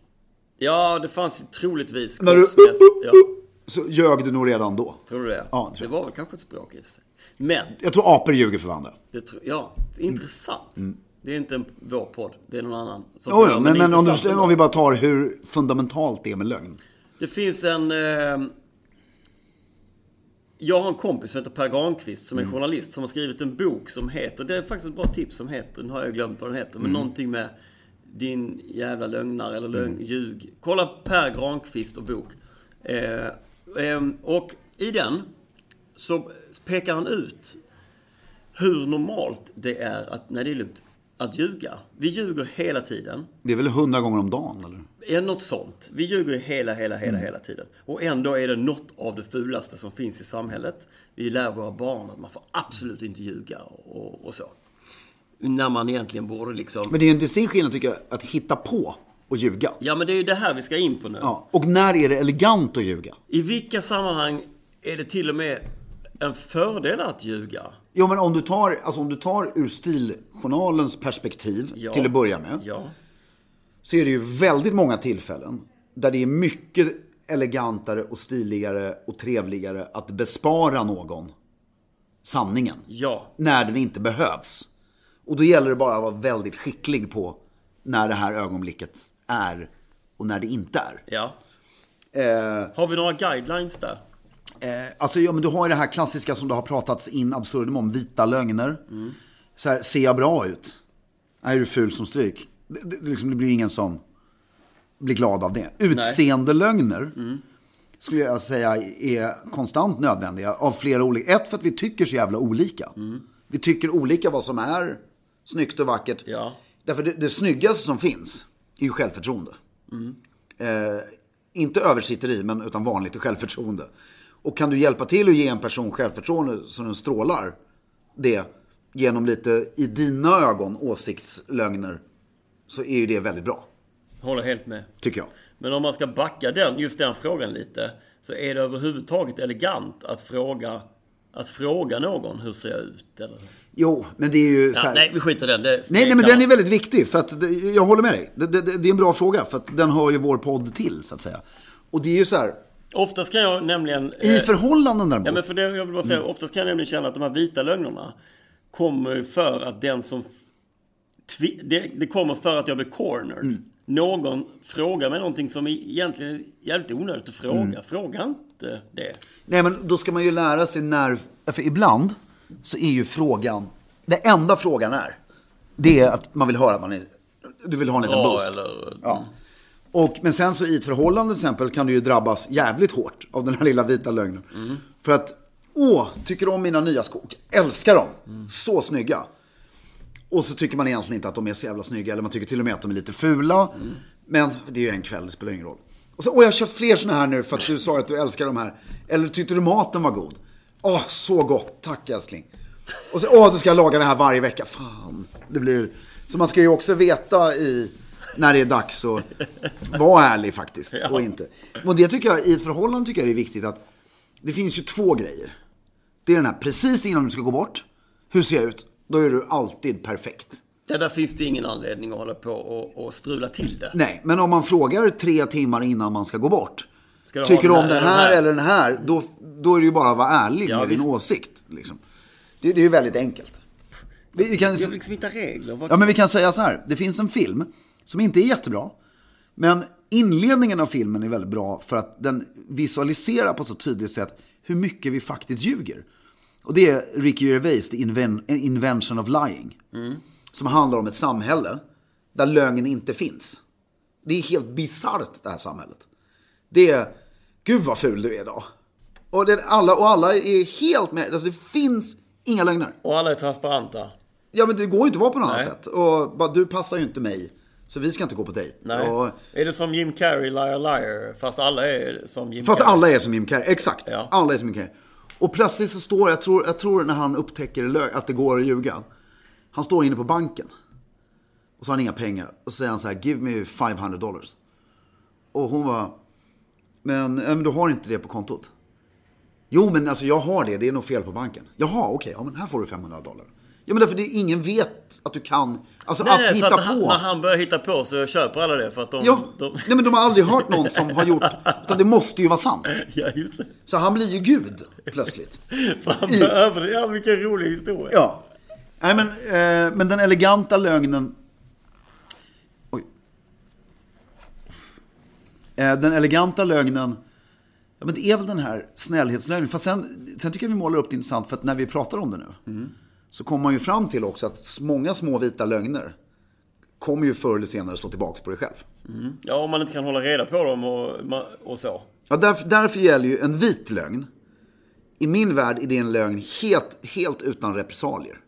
E: ja, det fanns ju troligtvis
A: När du-
E: kroppsmässigt- ja,
A: Så ljög du nog redan då.
E: Tror du det?
A: Ja, tror jag.
E: det var väl kanske ett språk i och för sig. Men,
A: Jag tror apor ljuger för varandra.
E: det, tro- ja,
A: Mm.
E: intressant. Det är inte en, vår podd, det är någon annan. som
A: Jo,
E: får göra,
A: jo, men, men om, du,
E: intressant
A: förstår-
E: ändå.
A: om vi bara tar hur fundamentalt det är med lögn.
E: Det finns en... Eh, jag har en kompis som heter Per Granqvist som är journalist som har skrivit en bok som heter... Det är faktiskt ett bra tips som heter... Nu har jag glömt vad den heter. Men någonting med din jävla lögnare eller lögn, ljug. Kolla Per Granqvist och bok. Eh, eh, och i den så pekar han ut hur normalt det är att... Nej, det är lugnt. Att ljuga. Vi ljuger hela tiden.
A: Det är väl hundra gånger om dagen, eller?
E: Är något sånt. Vi ljuger ju hela, hela, hela,
A: Mm.
E: hela tiden. Och ändå är det något av det fulaste som finns i samhället. Vi lär våra barn att man får absolut inte ljuga och, och så. När man egentligen borde liksom...
A: Men det är ju en distinkt skillnad, tycker jag, att hitta på och ljuga.
E: Ja, men det är ju det här vi ska in på nu.
A: Ja. Och när är det elegant att ljuga?
E: I vilka sammanhang är det till och med en fördel att ljuga?
A: Jo, men om du tar, alltså, om du tar ur stiljournalens perspektiv
E: Ja.
A: till att börja med.
E: Ja.
A: Så är det ju väldigt många tillfällen där det är mycket elegantare och stiligare och trevligare att bespara någon sanningen.
E: Ja.
A: När den inte behövs. Och då gäller det bara att vara väldigt skicklig på när det här ögonblicket är och när det inte är.
E: Ja.
A: Eh,
E: Har vi några guidelines där?
A: Alltså, ja, men du har ju det här klassiska som det har pratats in absurdum om, vita lögner. Så här, ser jag bra ut? Nej, är du ful som stryk? Det, det, det liksom, det blir ingen som blir glad av det. Utseendelögner skulle jag säga är konstant nödvändiga av flera olika. Ett, för att vi tycker så jävla olika. Vi tycker olika vad som är snyggt och vackert.
E: Ja.
A: Därför det, det snyggaste som finns är ju självförtroende Eh, inte översitteri, men utan vanligt självförtroende. Och kan du hjälpa till att ge en person självförtroende så den strålar det genom lite, i dina ögon, åsiktslögner, så är ju det väldigt bra,
E: Håller helt med.
A: tycker jag.
E: Men om man ska backa den, just den frågan lite. Så är det överhuvudtaget elegant att fråga, att fråga någon hur ser jag ut? Eller?
A: Jo, men det är ju så
E: Ja,
A: här...
E: nej, vi skiter i den. Det
A: Nej, nej, men den är väldigt viktig. För att, det- jag håller med dig. Det, det, det det är en bra fråga, för att den hör ju vår podd till, så att säga. Och det är ju så här,
E: Oftast kan jag nämligen...
A: i Mm.
E: eh,
A: förhållanden däremot.
E: ja, men för det, jag vill bara säga, oftast kan jag nämligen känna att de här vita lögnerna kommer ju för att den som... Tvi, det, det kommer för att jag blir cornered.
A: Mm.
E: Någon frågar mig någonting som egentligen är jävligt onödigt att fråga.
A: Mm.
E: Fråga inte det.
A: Nej, men då ska man ju lära sig när... För ibland så är ju frågan... Den enda frågan är, det är att man vill höra att man är... Du vill ha en liten
E: Bra
A: boost.
E: eller-
A: Ja. Och, men sen så i ett förhållande till exempel kan du ju drabbas jävligt hårt av den här lilla vita lögnen.
E: Mm.
A: För att, åh, tycker du om mina nya skor? Älskar dem!
E: Mm.
A: Så snygga! Och så tycker man egentligen inte att de är så jävla snygga, eller man tycker till och med att de är lite fula. Men det är ju en kväll, det spelar ingen roll. Och så, åh jag har köpt fler såna här nu för att du sa att du älskar de här. Eller tyckte du maten var god? Åh, så gott, tack älskling. Och så, åh, då ska jag laga det här varje vecka. Fan, det blir... Så man ska ju också veta i, när det är dags att vara ärlig faktiskt, och inte. Och det tycker jag, i ett förhållande tycker jag det är viktigt att det finns ju två grejer. Det är den här, precis innan du ska gå bort, hur ser jag ut? Då är du alltid perfekt.
E: Det där finns det ingen anledning att hålla på och, och strula till det.
A: Nej, men om man frågar tre timmar innan man ska gå bort.
E: Ska du
A: tycker du
E: ha
A: om den här eller den här? Då, då är det ju bara att vara ärlig
E: Ja,
A: med
E: visst.
A: din åsikt. Liksom. Det, det är ju väldigt enkelt. Vi, vi kan,
E: Jag vill liksom hitta regler. Vad-
A: ja, men vi kan säga så här. Det finns en film som inte är jättebra. Men inledningen av filmen är väldigt bra för att den visualiserar på ett så tydligt sätt hur mycket vi faktiskt ljuger. Och det är Ricky Gervais, The Inven- Invention of Lying. Som handlar om ett samhälle där lögn inte finns. Det är helt bisarrt det här samhället. Det är, gud vad ful du är idag. Och, det, alla, och alla är helt med. Alltså det finns inga lögner.
E: Och alla är transparenta.
A: Ja men det går ju inte att vara på något annat
E: Nej.
A: sätt. Och bara, du passar ju inte mig. Så vi ska inte gå på dejt.
E: Nej.
A: Och,
E: Är det som Jim Carrey, Liar Liar? Fast alla är som Jim
A: fast
E: Carrey.
A: alla är som Jim Carrey. Exakt.
E: Ja.
A: Alla är som Jim Carrey. Och plötsligt så står jag tror, jag tror när han upptäcker lö- att det går att ljuga. Han står inne på banken. Och så har han inga pengar. Och så säger han så här, give me 500 dollars. Och hon var men, ja, men du har inte det på kontot? Jo, men alltså jag har det. Det är nog fel på banken. Jaha, okej. ja, men här får du 500 dollar. Ja, men därför det, ingen vet att du kan... Alltså
E: Nej,
A: att
E: nej, så
A: hitta
E: att
A: på.
E: Han, när han börjar hitta på så köper alla det för att de...
A: Ja,
E: de...
A: nej men de har aldrig hört någon som har gjort, utan det måste ju vara sant.
E: ja just det.
A: Så han blir ju gud plötsligt.
E: För han
A: I-
E: behöver det. Ja, vilken rolig historia.
A: Ja. Nej men, eh, men den eleganta lögnen... Oj. Eh, den eleganta lögnen, ja men det är väl den här snällhetslögnen. Fast sen, sen tycker jag vi målar upp det intressant, för att när vi pratar om det nu, så kommer man ju fram till också att s- många små vita lögner kommer ju förr eller senare slå tillbaks på dig själv.
E: Ja, om man inte kan hålla reda på dem och, ma- och så.
A: Ja, därför, därför gäller ju en vit lögn. I min värld är det en lögn helt, helt utan repressalier.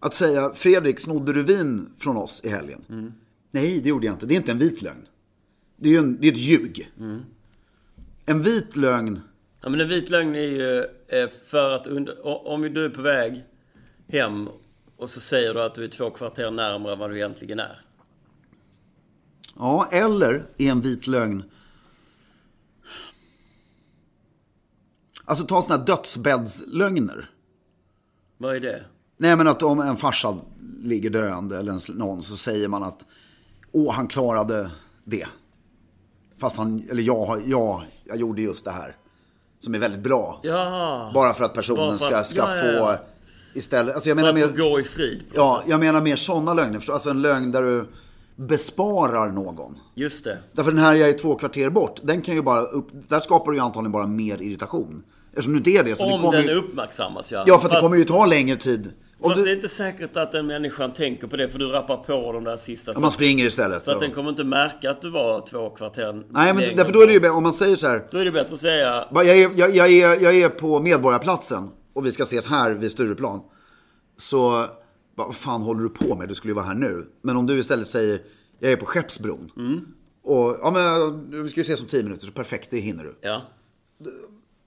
A: Att säga Fredrik, snodde du vin från oss i helgen? Nej, det gjorde jag inte. Det är inte en vit lögn. Det är, ju en, det är ett ljug. En vit lögn,
E: Ja, men en vit lögn är ju eh, för att under... o- Om du är på väg hem och så säger du att du är två kvarter närmare vad du egentligen är.
A: ja, eller är en vit lögn... Alltså ta sådana här dödsbäddslögner.
E: Vad är det?
A: Nej men att om en farsa ligger döende eller en sl- någon så säger man att Åh han klarade det. Fast han, eller jag, har- jag, jag gjorde just det här. Som är väldigt bra.
E: Jaha.
A: Bara för att personen
E: Bara för
A: ska,
E: att-
A: ska
E: ja, ja, ja.
A: få istället. Alltså jag
E: För
A: menar
E: att få
A: mer,
E: gå i frid. på något
A: ja,
E: sätt.
A: jag menar mer sådana lögner. förstår du? Alltså en lögn där du besparar någon.
E: Just det.
A: Därför den här jag är två kvarter bort, den kan ju bara upp, där skapar du ju antagligen bara mer irritation. Eftersom du inte är det så det
E: Om
A: kommer
E: den
A: ju,
E: uppmärksammas ja.
A: Ja för att det
E: Fast-
A: kommer ju ta längre tid. Om
E: Fast
A: du,
E: det är inte säkert att den människan tänker på det för du rappar på de där sista
A: ja, man
E: sakerna.
A: springer istället.
E: Så att
A: Ja.
E: den kommer inte märka att du var två kvarter
A: Nej, men
E: längre.
A: därför då är det ju bä- om man säger så här.
E: Då är det bättre att säga...
A: "Bara, Jag är, jag, jag, är, jag är på Medborgarplatsen och vi ska ses här vid Stureplan. Så, bara, vad fan håller du på med? Du skulle ju vara här nu. Men om du istället säger, jag är på Skeppsbron.
E: Mm.
A: Och, ja men vi ska ju ses om tio minuter, så perfekt, det hinner du.
E: Ja.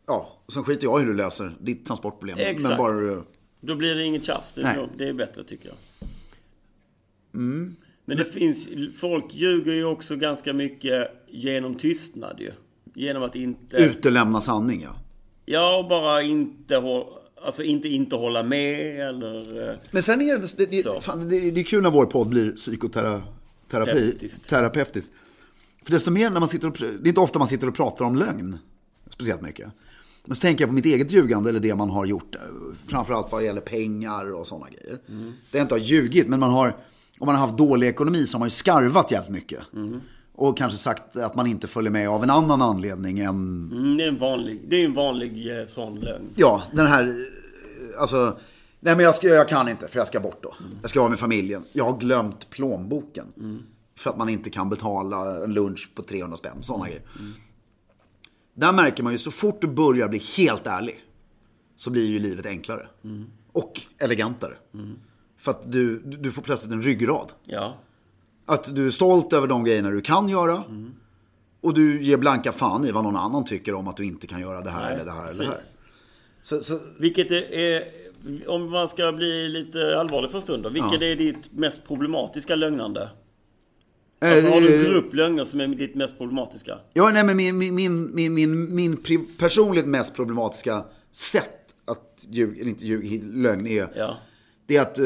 A: Ja, och sen skiter jag i hur du löser ditt transportproblem.
E: Exakt. Eh.
A: Men bara du...
E: Då blir det inget tjafs. Det är,
A: Nej. Mm.
E: nog- det är bättre tycker jag. Men det finns... Folk ljuger ju också ganska mycket genom tystnad ju. Genom att inte...
A: Utelämna sanning ja.
E: Ja, och bara inte hålla... Alltså inte inte hålla med eller... eh,
A: Men sen är det, det,
E: Så.
A: det, fan, det, det är kul när vår podd blir psykoterapi,
E: Terapeutiskt.
A: terapeutisk. För desto mer när man sitter och, pr- det är inte ofta man sitter och pratar om lögn. Speciellt mycket. Men så tänker jag på mitt eget ljugande eller det man har gjort. eh, Framförallt vad det gäller pengar och sådana grejer.
E: Mm.
A: Det är inte har ljugit, men man har, om man har haft dålig ekonomi så har man ju skarvat jävligt mycket.
E: Mm.
A: Och kanske sagt att man inte följer med av en annan anledning än
E: Mm, det är en vanlig... Det är en vanlig eh, sån lögn.
A: Ja, den här, eh, alltså, nej men jag, ska, jag kan inte för jag ska bort då. Jag ska vara med familjen. Jag har glömt plånboken. För att man inte kan betala en lunch på 300 spänn, sådana grejer. Där märker man ju så fort du börjar bli helt ärlig. Så blir ju livet enklare. Och elegantare. För att du, du får plötsligt en ryggrad.
E: Ja.
A: Att du är stolt över de grejerna du kan göra. Och du ger blanka fan i vad någon annan tycker om att du inte kan göra det här eller det här eller det här.
E: precis.
A: Så, så,
E: Vilket är- är, om man ska bli lite allvarlig för en stund då, vilket är ditt mest problematiska lögnande?
A: Eh,
E: Alltså, har du en grupp lögner som är ditt mest problematiska?
A: Ja, nej, men min, min, min, min, min, min pri- personligt mest problematiska sätt att ljug, eller inte ljug, lögn är,
E: Ja.
A: det är att, eh,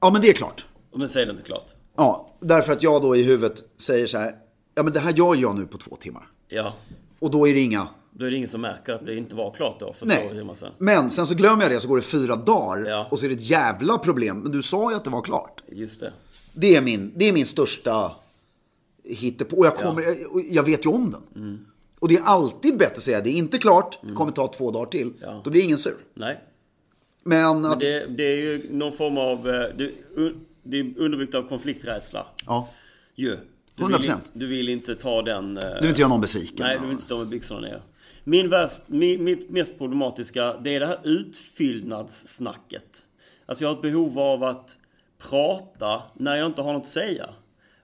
A: ja men det är klart.
E: Men säg det inte klart.
A: Ja, därför att jag då i huvudet säger så här, ja men det här gör jag nu på två timmar.
E: Ja.
A: Och då är det inga,
E: Då är det ingen som märker att det inte var klart då, för så gör
A: nej.
E: man sen.
A: Men sen så glömmer jag det så går det fyra dagar
E: Ja.
A: och så är det ett jävla problem. Men du sa ju att det var klart.
E: Just det.
A: Det är min, det är min största hittepå. Och jag, kommer, och jag vet ju om den. Och det är alltid bättre att säga det är inte klart,
E: Mm.
A: det kommer ta två dagar till. Då blir ingen sur.
E: Nej.
A: Men att,
E: Det, det är ju någon form av... eh, Det, det är underbyggt av konflikträdsla.
A: ja,
E: Ju. Du
A: 100%.
E: Vill, du vill inte ta den... eh,
A: nu vill inte jag någon besviken.
E: Nej, du vill inte stå med byxorna ner. Min värst, mi, mitt mest problematiska, det är det här utfyllnadssnacket. Alltså jag har ett behov av att prata när jag inte har något att säga.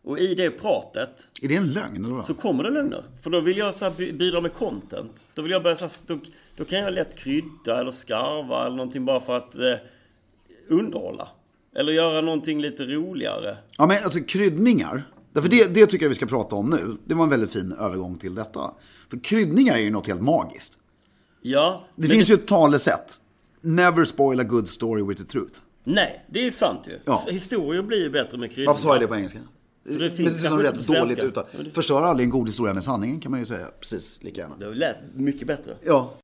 E: Och i det pratet
A: Är det en lögn eller vad?
E: så kommer det lögner. För då vill jag så här bi- bidra med content. Då vill jag börja så här, då, då kan jag lätt krydda eller skarva eller någonting bara för att eh, underhålla. Eller göra någonting lite roligare.
A: Ja, men alltså kryddningar. Därför det, det tycker jag vi ska prata om nu. Det var en väldigt fin övergång till detta. För kryddningar är ju något helt magiskt.
E: Ja.
A: Det
E: men
A: finns ju ett talesätt. Never spoil a good story with the truth.
E: Nej, det är sant ju.
A: Ja.
E: Historier blir ju bättre med kryddningar.
A: Varför sa jag det på engelska?
E: finns
A: Men det
E: kanske
A: är
E: inte
A: rätt
E: på svenska.
A: dåligt uttal.
E: Men det-
A: Förstör aldrig en god historia med sanningen kan man ju säga. Precis, lika gärna.
E: Det lät mycket bättre.
A: Ja.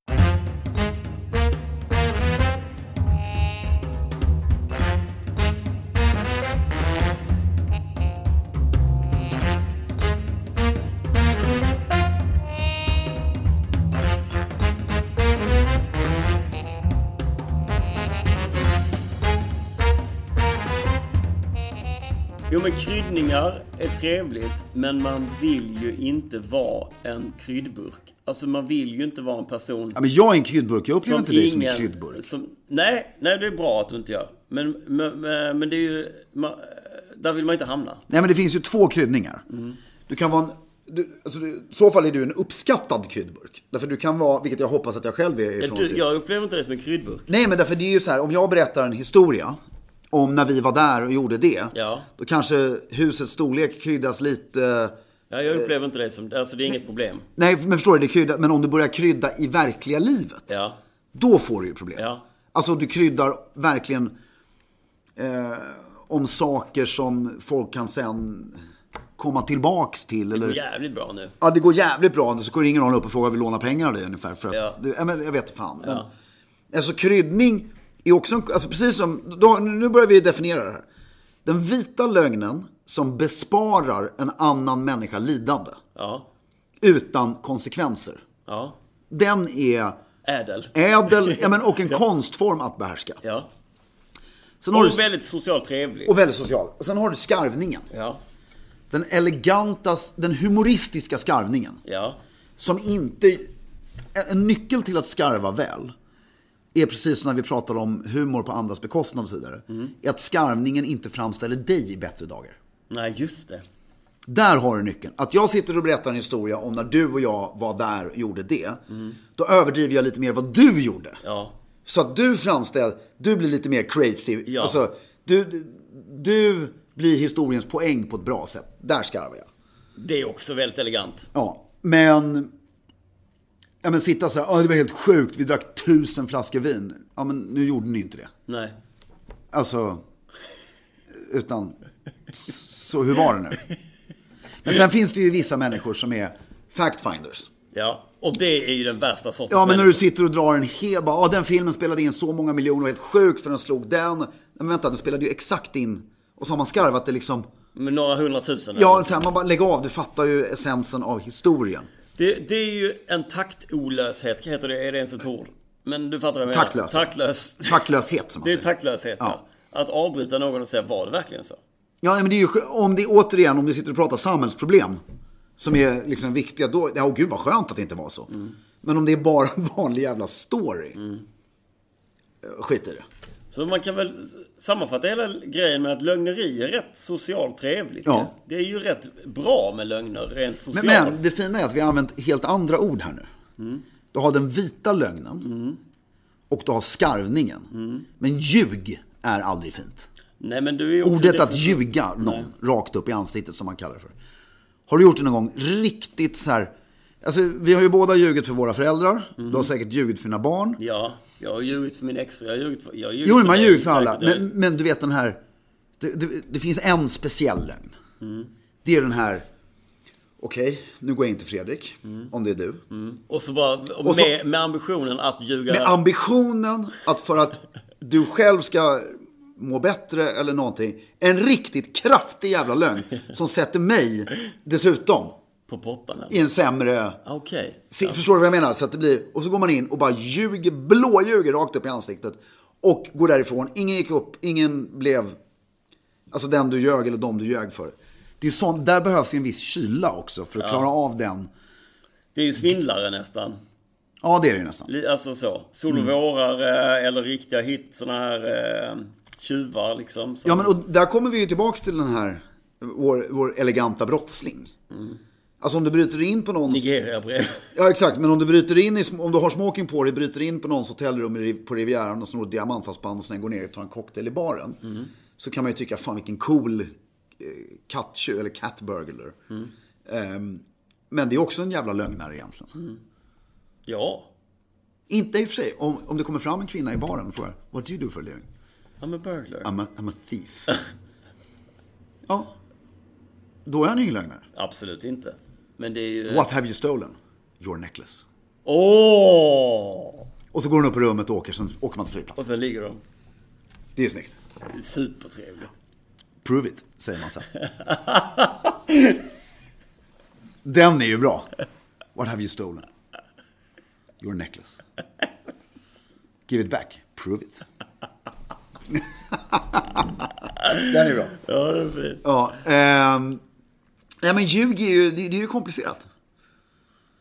E: Jo men kryddningar är trevligt men man vill ju inte vara en kryddburk. Alltså man vill ju inte vara en person
A: ja. Men jag är en kryddburk. Jag upplever inte dig som en
E: ingen-
A: kryddburk.
E: som- nej, nej det är bra att du inte gör. Men, men, men men det är ju, ma- där vill man inte hamna.
A: Nej, men det finns ju två kryddningar.
E: Mm.
A: Du kan vara en... Du, alltså du, I så fall är du en uppskattad kryddburk. Därför du kan vara, vilket jag hoppas att jag själv är ifrån
E: Du,
A: till.
E: jag upplever inte det som en kryddburk.
A: Nej, men därför det är ju så här, om jag berättar en historia om när vi var där och gjorde det.
E: Ja.
A: Då kanske husets storlek kryddas lite.
E: Ja,
A: Eh.
E: jag upplever inte det som, alltså det är inget problem.
A: Nej, men förstår du, det krydda, men om du börjar krydda i verkliga livet.
E: Ja.
A: Då får du ju problem.
E: Ja.
A: Alltså du kryddar verkligen eh, om saker som folk kan sen komma tillbaks till. Eller...
E: Jävligt bra nu.
A: Ja, det går jävligt bra. Så går ingen någon upp och frågar vill låna pengar av dig ungefär. För att,
E: Ja.
A: du, ja, men jag vet fan. Men, Alltså kryddning är också en, alltså, precis som, då, nu börjar vi definiera det här. Den vita lögnen som besparar en annan människa lidande
E: Ja,
A: utan konsekvenser.
E: ja.
A: Den är
E: Ädel.
A: ädel ja, men, och en konstform att behärska.
E: Ja.
A: Sen har du,
E: Och väldigt socialt trevlig.
A: och väldigt social. Och sen har du skarvningen.
E: Ja,
A: Den eleganta, den humoristiska skarvningen.
E: ja.
A: som inte... En nyckel till att skarva väl är precis som när vi pratar om humor på andras bekostnad och så vidare.
E: Mm.
A: Är att skarvningen inte framställer dig i bättre dagar.
E: Nej, just det.
A: Där har du nyckeln. Att jag sitter och berättar en historia om när du och jag var där och gjorde det. Då överdriver jag lite mer vad du gjorde.
E: Ja.
A: Så att du framställer, du blir lite mer crazy.
E: Ja.
A: Alltså, du, du- du blir historiens poäng på ett bra sätt. Där skarvar jag.
E: Det är också väldigt elegant.
A: Ja, men... Ja, men sitta så här, "Ja, det var helt sjukt, vi drack tusen flaskor vin. Ja, men nu gjorde ni inte det.
E: Nej.
A: Alltså, utan... Så hur var det nu? Men sen finns det ju vissa människor som är fact-finders.
E: Ja, och det är ju den värsta sortens
A: Ja, men när
E: människor.
A: du sitter och drar en hel... Bara, "Ja, den filmen spelade in så många miljoner, och helt sjukt för den slog den. Nej, Men vänta, den spelade ju exakt in. Och så har man skarvat det liksom...
E: Med några hundratusen.
A: Ja, så här, man bara, lägg av, du fattar ju essensen av historien.
E: Det, det är ju en taktolöshet, heter det, är det ens ett ord? Men du fattar vad jag
A: Taktlös.
E: menar. Taktlös.
A: Facklöshet, som man
E: Det är
A: säger.
E: taktlöshet, ja. Att avbryta någon och säga, var det verkligen så?
A: Ja, nej, men det är ju skö- om det återigen, om vi sitter och pratar samhällsproblem som är liksom viktiga, då, ja åh, gud vad skönt att det inte var så. Men om det är bara en vanlig jävla story, eh, skit i det.
E: Så man kan väl sammanfatta hela grejen med att lögneri är rätt socialt trevligt.
A: Ja.
E: Det är ju rätt bra med lögner, rent
A: Men,
E: socialt.
A: men det fina är att vi har använt helt andra ord här nu. Du har den vita lögnen och du har skarvningen. Men ljug är aldrig fint.
E: Nej, men du är ju också
A: Ordet att
E: definitivt-
A: ljuga någon
E: Mm.
A: rakt upp i ansiktet som man kallar det för. Har du gjort det någon gång riktigt så här... Alltså, vi har ju båda ljugit för våra föräldrar. Du har säkert ljugit för dina barn.
E: Mm. Ja, jag har ljugit för min exfru, jag har ljugit för... Jag har ljugit
A: Jo, men man
E: dig,
A: ljuger för alla.
E: säkert. Jag har
A: Men, men du vet den här... Det, det, det finns en speciell lögn.
E: Mm.
A: Det är den här... Okej, nu går jag in till Fredrik.
E: Mm.
A: Om det är du.
E: Och så bara och
A: Och så-
E: med, med ambitionen att ljuga.
A: Med ambitionen att för att du själv ska må bättre eller någonting. En riktigt kraftig jävla lögn som sätter mig dessutom
E: på pottan.
A: i en sämre...
E: Ah, Okej.
A: Se, Förstår du vad jag menar? Så att det blir, och så går man in och bara ljuger, blåljuger rakt upp i ansiktet. Och går därifrån. Ingen gick upp, ingen blev... Alltså den du ljög eller de du ljög för. Det är sånt, där behövs ju en viss kyla också för att klara av den.
E: Det är ju svindlare nästan.
A: Ja, det är det ju nästan.
E: Li- Alltså så.
A: Mm.
E: Solovårare eller riktiga hit, sådana här eh, tjuvar liksom. som-
A: Ja, men och där kommer vi ju tillbaks till den här, vår, vår eleganta brottsling. Alltså om du bryter in på någons...
E: Nigeria-brev.
A: Ja, exakt. Men om du bryter in i, sm- om du har smoking på dig, bryter in på någons hotellrum i Riv- på Rivieran och snor ett diamanthalsband och sen går ner och tar en cocktail i baren. Så kan man ju tycka, fan vilken cool eh, katttjuv, eller cat burglar. Ehm, men det är också en jävla lögnare egentligen.
E: Ja.
A: Inte i och för sig, om, om det kommer fram en kvinna i baren och frågar, what do you do for a living?
E: I'm a burglar.
A: I'm a, I'm a thief. ja. Då är han ju ingen lögnare.
E: Absolut inte. Men det är ju...
A: What have you stolen? Your necklace.
E: Åh!
A: Och så går hon upp i rummet och åker, sen åker man till
E: Och
A: flygplatsen.
E: sen ligger de.
A: Det är ju snyggt.
E: Supertrevligt.
A: Prove it, säger man sen. Den är ju bra. What have you stolen? Your necklace. Give it back. Prove it. Den är bra.
E: Ja, det är fint.
A: Ja, ehm, nej men ljug är ju, det, det är ju komplicerat.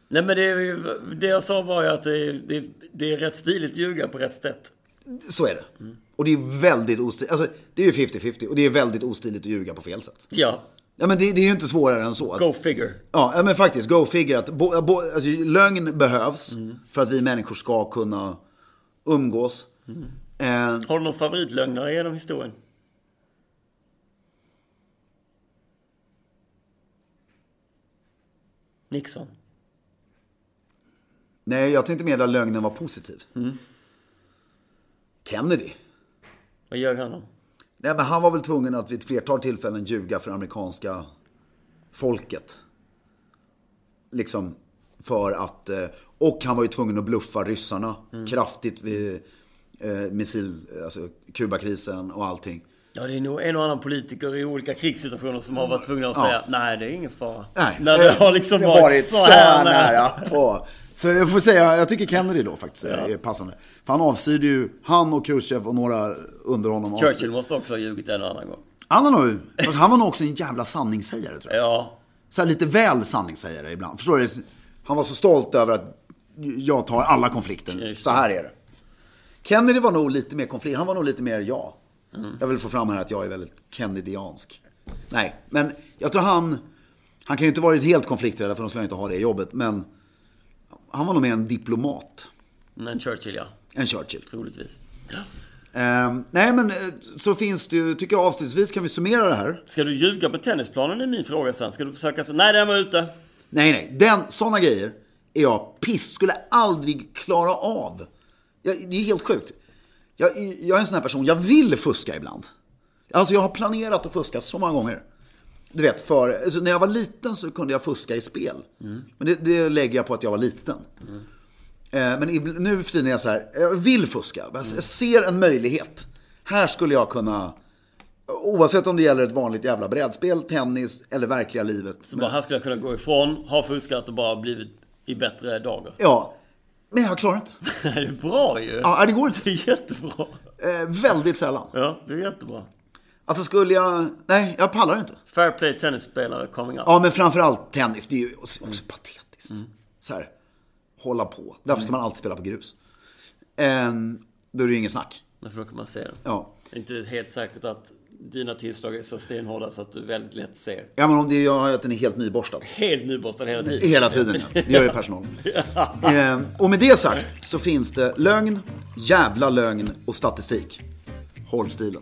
E: Nej men det, är ju- det jag sa var ju att det är, det, är- det är rätt stiligt att ljuga på rätt sätt.
A: Så är det. Och det är väldigt ostiligt. Alltså, det är ju 50-50 och det är väldigt ostiligt att ljuga på fel sätt.
E: Ja.
A: Ja, men det, det är ju inte svårare än så. Att,
E: Go figure.
A: Ja, ja, men faktiskt. Go figure. Att bo, bo, alltså, lögn behövs för att vi människor ska kunna umgås. Eh,
E: Har du någon favoritlögnare genom historien? Nixon.
A: nej, jag tänkte mer där lögnen var positiv. Kennedy.
E: Vad gör han om?
A: Nej, men han var väl tvungen att vid ett flertal tillfällen ljuga för amerikanska folket. Liksom för att... eh, Och han var ju tvungen att bluffa ryssarna kraftigt vid eh, missil... Alltså Kubakrisen och allting.
E: Ja, det är nog en och annan politiker i olika krigssituationer som har varit tvungna att
A: Ja.
E: säga nej, det är ingen fara.
A: Nej,
E: När det har liksom
A: det
E: varit,
A: så här nära på. Så jag får säga, jag tycker Kennedy då faktiskt är passande. För han avstyrde ju, han och Khrushchev och några under honom. avstyrde-
E: Churchill måste också ha ljugit en och annan gång.
A: Han var nog, fast han var nog också en jävla sanningssägare tror jag.
E: Ja,
A: Så här lite väl sanningssägare ibland. Förstår du? Han var så stolt över att jag tar alla konflikter.
E: Just
A: Så här är det. Kennedy var nog lite mer konflikt. Han var nog lite mer jag. Jag vill få fram här att jag är väldigt Kennedyansk. Nej, men jag tror han... Han kan ju inte varit helt konflikträdd för de skulle inte ha det jobbet. Men han var nog mer en diplomat
E: men Churchill ja,
A: än Churchill.
E: troligtvis.
A: Ehm, nej, men eh, så finns det ju... Tycker jag avslutningsvis kan vi summera det här.
E: Ska du ljuga på tennisplanen är min fråga sen. Ska du försöka säga nej, den var ute.
A: Nej, nej. Den, såna grejer är jag piss. Skulle aldrig klara av. Jag, det är helt sjukt. Jag, jag är en sån här person, jag vill fuska ibland. Alltså jag har planerat att fuska så många gånger. Du vet, för, alltså, när jag var liten så kunde jag fuska i spel. Men det, det lägger jag på att jag var liten. Eh, men ib- nu för tiden är jag så här, jag vill fuska. Jag s- Jag ser en möjlighet. Här skulle jag kunna, oavsett om det gäller ett vanligt jävla brädspel, tennis eller verkliga livet.
E: Så bara, här skulle jag kunna gå ifrån, ha fuskat och bara blivit i bättre dagar.
A: Ja, men jag klarar inte.
E: Det är bra ju!
A: Ja, det går inte.
E: Det är jättebra.
A: Eh, väldigt sällan.
E: Ja, det är jättebra.
A: Alltså skulle jag... Nej, jag pallar inte.
E: Fair play tennisspelare coming up.
A: Ja, men framförallt tennis. Det är ju också också patetiskt. Så här, hålla på. Därför ska man alltid spela på grus. Eh, då är det ju ingen snack.
E: Men för då kan man se det.
A: Ja.
E: Det är Inte helt säkert att dina tillslag är så stenhårda så att du väldigt lätt ser.
A: Ja, men om det är jag att den är helt nyborstad.
E: Helt nyborstad hela tiden.
A: Hela tiden, ja. Det gör ju personalen. Eh, och med det sagt så finns det lögn, jävla lögn och statistik. Håll stilen.